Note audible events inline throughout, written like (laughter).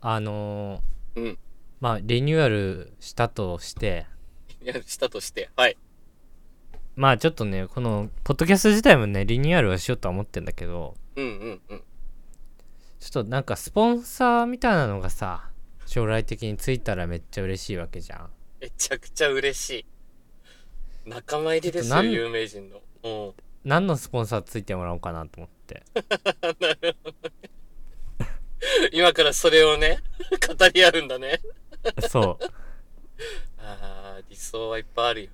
あのーうんまあリニューアルしたとしていやしたとしてはいまあちょっとねこのポッドキャスト自体もねリニューアルはしようとは思ってんだけどうんうんうんちょっとなんかスポンサーみたいなのがさ将来的についたらめっちゃ嬉しいわけじゃんめちゃくちゃ嬉しい仲間入りですちょっとなよん有名人のうん何のスポンサーついてもらおうかなと思 (laughs) って今からそれをね (laughs) 語り合うんだねそうあー理想はいっぱいあるよね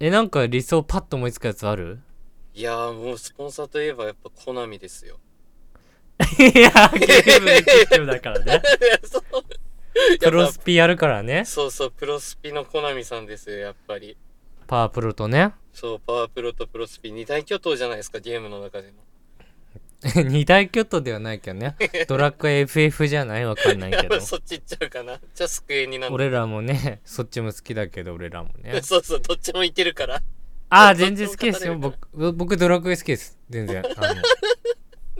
えなんか理想パッと思いつくやつあるいやーもうスポンサーといえばやっぱコナミですよ (laughs) いやゲームのシステムだから (laughs) ねいやそうプロやっスピやるからねぱそうそうプロスピのコナミさんですよやっぱりパワープロとね (laughs) そうパワープロとプロスピ二大巨頭じゃないですかゲームの中でも二大巨頭ではないけどねドラクエ FF じゃないわ (laughs) かんないやけっどぱ (laughs) そっち行っちゃうかなじゃあ机になんだ俺らもね (laughs) そっちも好きだけど俺らもね (laughs) そうそうどっちもいけるからああどっち全も然好きですよ語れる僕僕ドラクエ好きです全然あ (laughs) の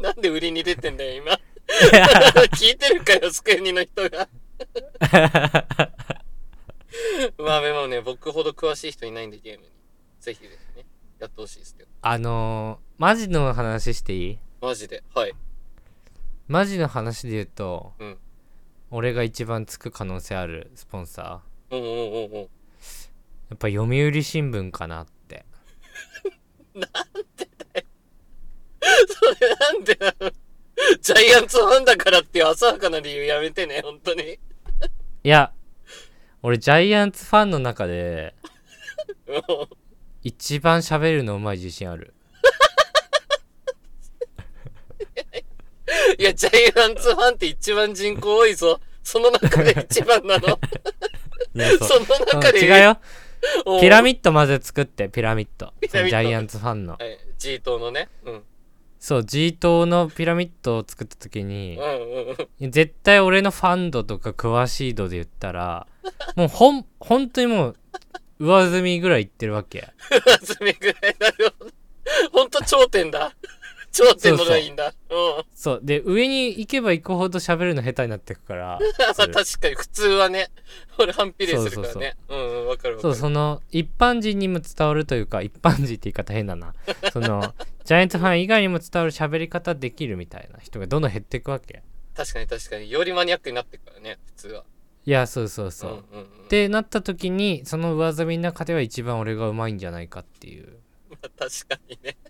なんで売りに出てんだよ、 (laughs) 今。聞いてるかよ、スクエニの人が。まあでもね、僕ほど詳しい人いないんで、ゲームに。ぜひですね、やってほしいですけど。あのーマジの話していいマジで。はい。マジの話で言うと、うん俺が一番つく可能性あるスポンサーやうんうんうんうん。っぱ読売新聞かなってそれなんでなのジャイアンツファンだからっていう浅はかな理由やめてね、本当に。いや俺ジャイアンツファンの中でもう一番喋るのうまい自信あるいや、ジャイアンツファンって一番人口多いぞ。その中で一番なの。いや (laughs) そのうん中で。違うよおうピラミッドまず作ってピラミッドピそラのミッドジャイアンツファンのはい、G 党のね。うん。そう G 棟のピラミッドを作った時にうんうんうん。絶対俺のファンドとか詳しい度で言ったらもうほん本当にもう上積みぐらいいってるわけ (laughs) それぐらいなるほど。ほんと頂 (laughs) 点だ。頂点のラインだ。うん。そうで上に行けば行くほど喋るの下手になってくからそれ (laughs) 確かに普通はね、俺反比例するからね。うんうん、わかるわかそうる。その一般人にも伝わるというか一般人って言い方変だなそのジャイアンツファン以外にも伝わる喋り方できるみたいな人がどんどん減っていくわけ確かに確かに。よりマニアックになってくからね、普通は。いやそうそうそう、っうんうんうん、てなった時にその上積みの中では一番俺がうまいんじゃないかっていうまあ確かにね。 (laughs)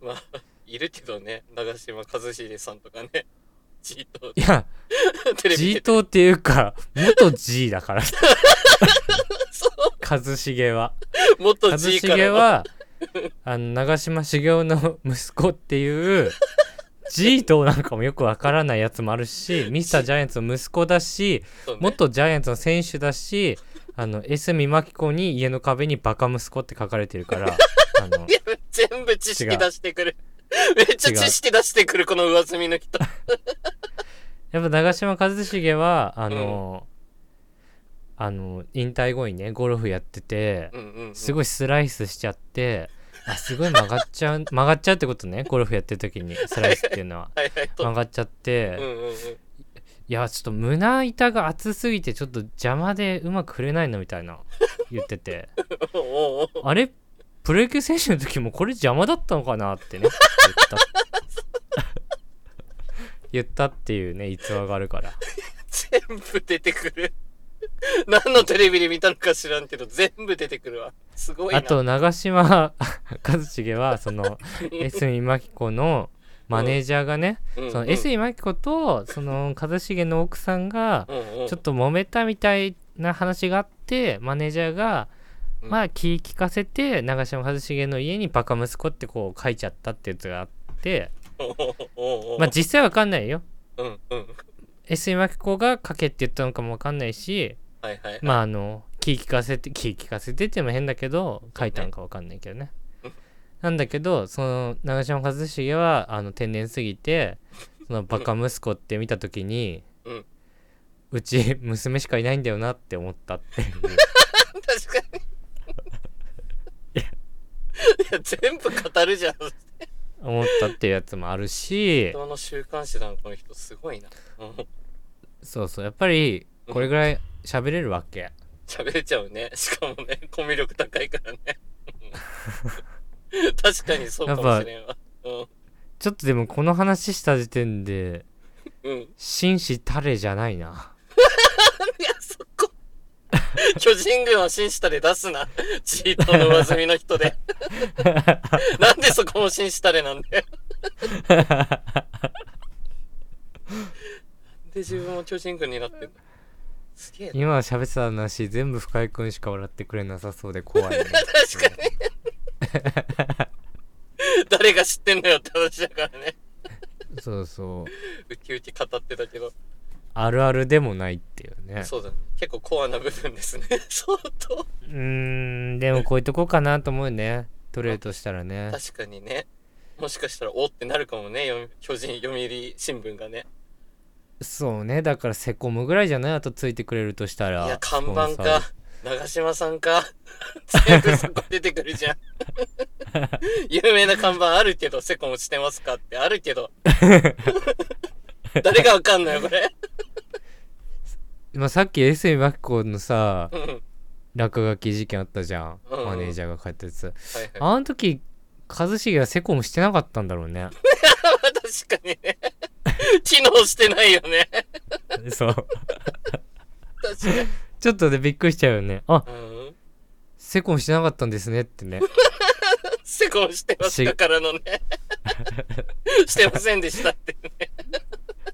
まあ、いるけどね。長嶋一茂さんとかね。G 党いやテレビ G 出て党っていうか元 G だから (laughs) 一茂は元一 G から茂のはあの長嶋茂雄の息子っていう G 党なんかもよくわからないやつもあるしミスタージャイアンツの息子だしそうね元ジャイアンツの選手だしあの江角真紀子に家の壁に「バカ息子」って書かれてるから (laughs) あの (laughs) いや全部知識違う出してくる。めっちゃ違う知識出してくる、この上積み (laughs) の人。やっぱ長嶋一茂はあの、あの引退後にねゴルフやってて。うんうん、うん。すごいスライスしちゃって、あすごい曲がっちゃう (laughs) 曲がっちゃうってことねゴルフやってる時にスライスっていうのははいはい、と曲がっちゃって、うんいうんうん。やちょっと胸板が厚すぎてちょっと邪魔でうまく振れないのみたいな言ってておうおうおうあれプロ野球選手の時もこれ邪魔だったのかなってね言った (laughs) 言ったっていうね逸話があるから全部出てくる。 (laughs) 何のテレビで見たのか知らんけど、全部出てくるわ。すごいな。あと長嶋一茂はそ (laughs) の江角真紀子のマネージャーがね、うんうんその江角真紀子とその一茂の奥さんがうんうん、ちょっと揉めたみたいな話があってマネージャーがうんまあ気利かせて長嶋一茂の家にバカ息子ってこう書いちゃったってやつがあっておうおうおうまあ実際わかんないようんうん。江角真紀子が書けって言ったのかもわかんないしはいはい。まああの気利かせて気利かせてっても変だけど書いたのかわかんないけどねうんなんだけどその長嶋一茂はあの天然すぎてそのバカ息子って見た時に、うんうち娘しかいないんだよなって思ったっていう確 (laughs) かに。いや、全部語るじゃん。思ったっていうやつもあるし人の週刊誌だなこの人すごいなうんそうそうやっぱりこれぐらい喋れるわけ喋れちゃうねしかもねコミュ力高いからね (laughs) うん確かにそうかもしれんわちょっとでもこの話した時点でうん、うん、い紳士たれじゃないなやそこ巨人軍は紳士たれ出すなチートの上積みの人でなんでそこも紳士たれなんだよなんで自分も巨人軍になってんのすげえな今喋ってた話全部深井君しか笑ってくれなさそうで怖い、ね、確かに誰が知ってんのよって話だからねそうそうウキウキ語ってたけど、あるあるでもないっていうねそうだね結構コアな部分ですね (laughs) 相当うーんでもこういうとこかなと思うねトレーとしたらね確かにねもしかしたらおってなるかもね読み巨人読売新聞がねそうねだからせこむぐらいじゃないあとついてくれるとしたらいやスポ看ンサー板か長嶋さんか (laughs) 全部そこ出てくるじゃん (laughs) 有名な看板あるけどセコもしてますかってあるけど (laughs) 誰がわかんのよこれまあ、さっき江角真紀子のさうんはい落書き事件あったじゃん、うんうんマネージャーが書いたやつはいあの時一茂はセコムしてなかったんだろうね (laughs) (laughs) 確かにね。機能してないよね。そう確かに。ちょっとでびっくりしちゃうよねあうん。セコムしてなかったんですねってねセコンしてますかしからのね。してませんでしたってね。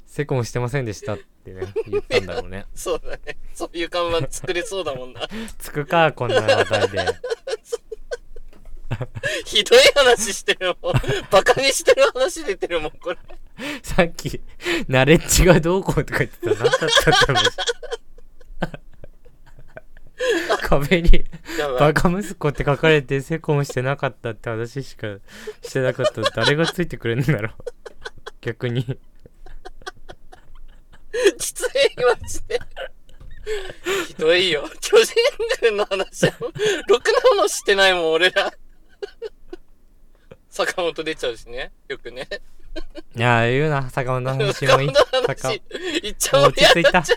セコムしてませんでしたってね言ったんだろうね (laughs) そうだね。そういう看板作れそうだもんな。つくかこんな話題でひどい話してるもん。バカにしてる話出てるもん、これ。さっきナレッジがどうこうとか言ってた何だったんだろう壁にやばバい。カ息子って書かれてセコムしてなかったって話しかしてなかったら誰がついてくれるんだろう逆にきつい、マジで。ひどいよ。巨人軍の話も、ろくなものしてないもん、俺ら。坂本出ちゃうしね。よくね。いやー言うな坂本の話もいい坂 (laughs) 話いっちゃおう落ち着いたそ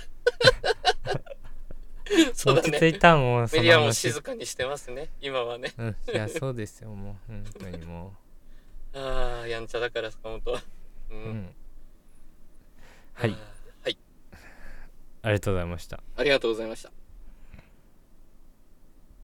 う落だちね着いたもうそメのディアも話静かにしてますね今はねうんいやそうですよもう本当にもああやんちゃだから坂本はうう、うんん、はいはいありがとうございましたありがとうございました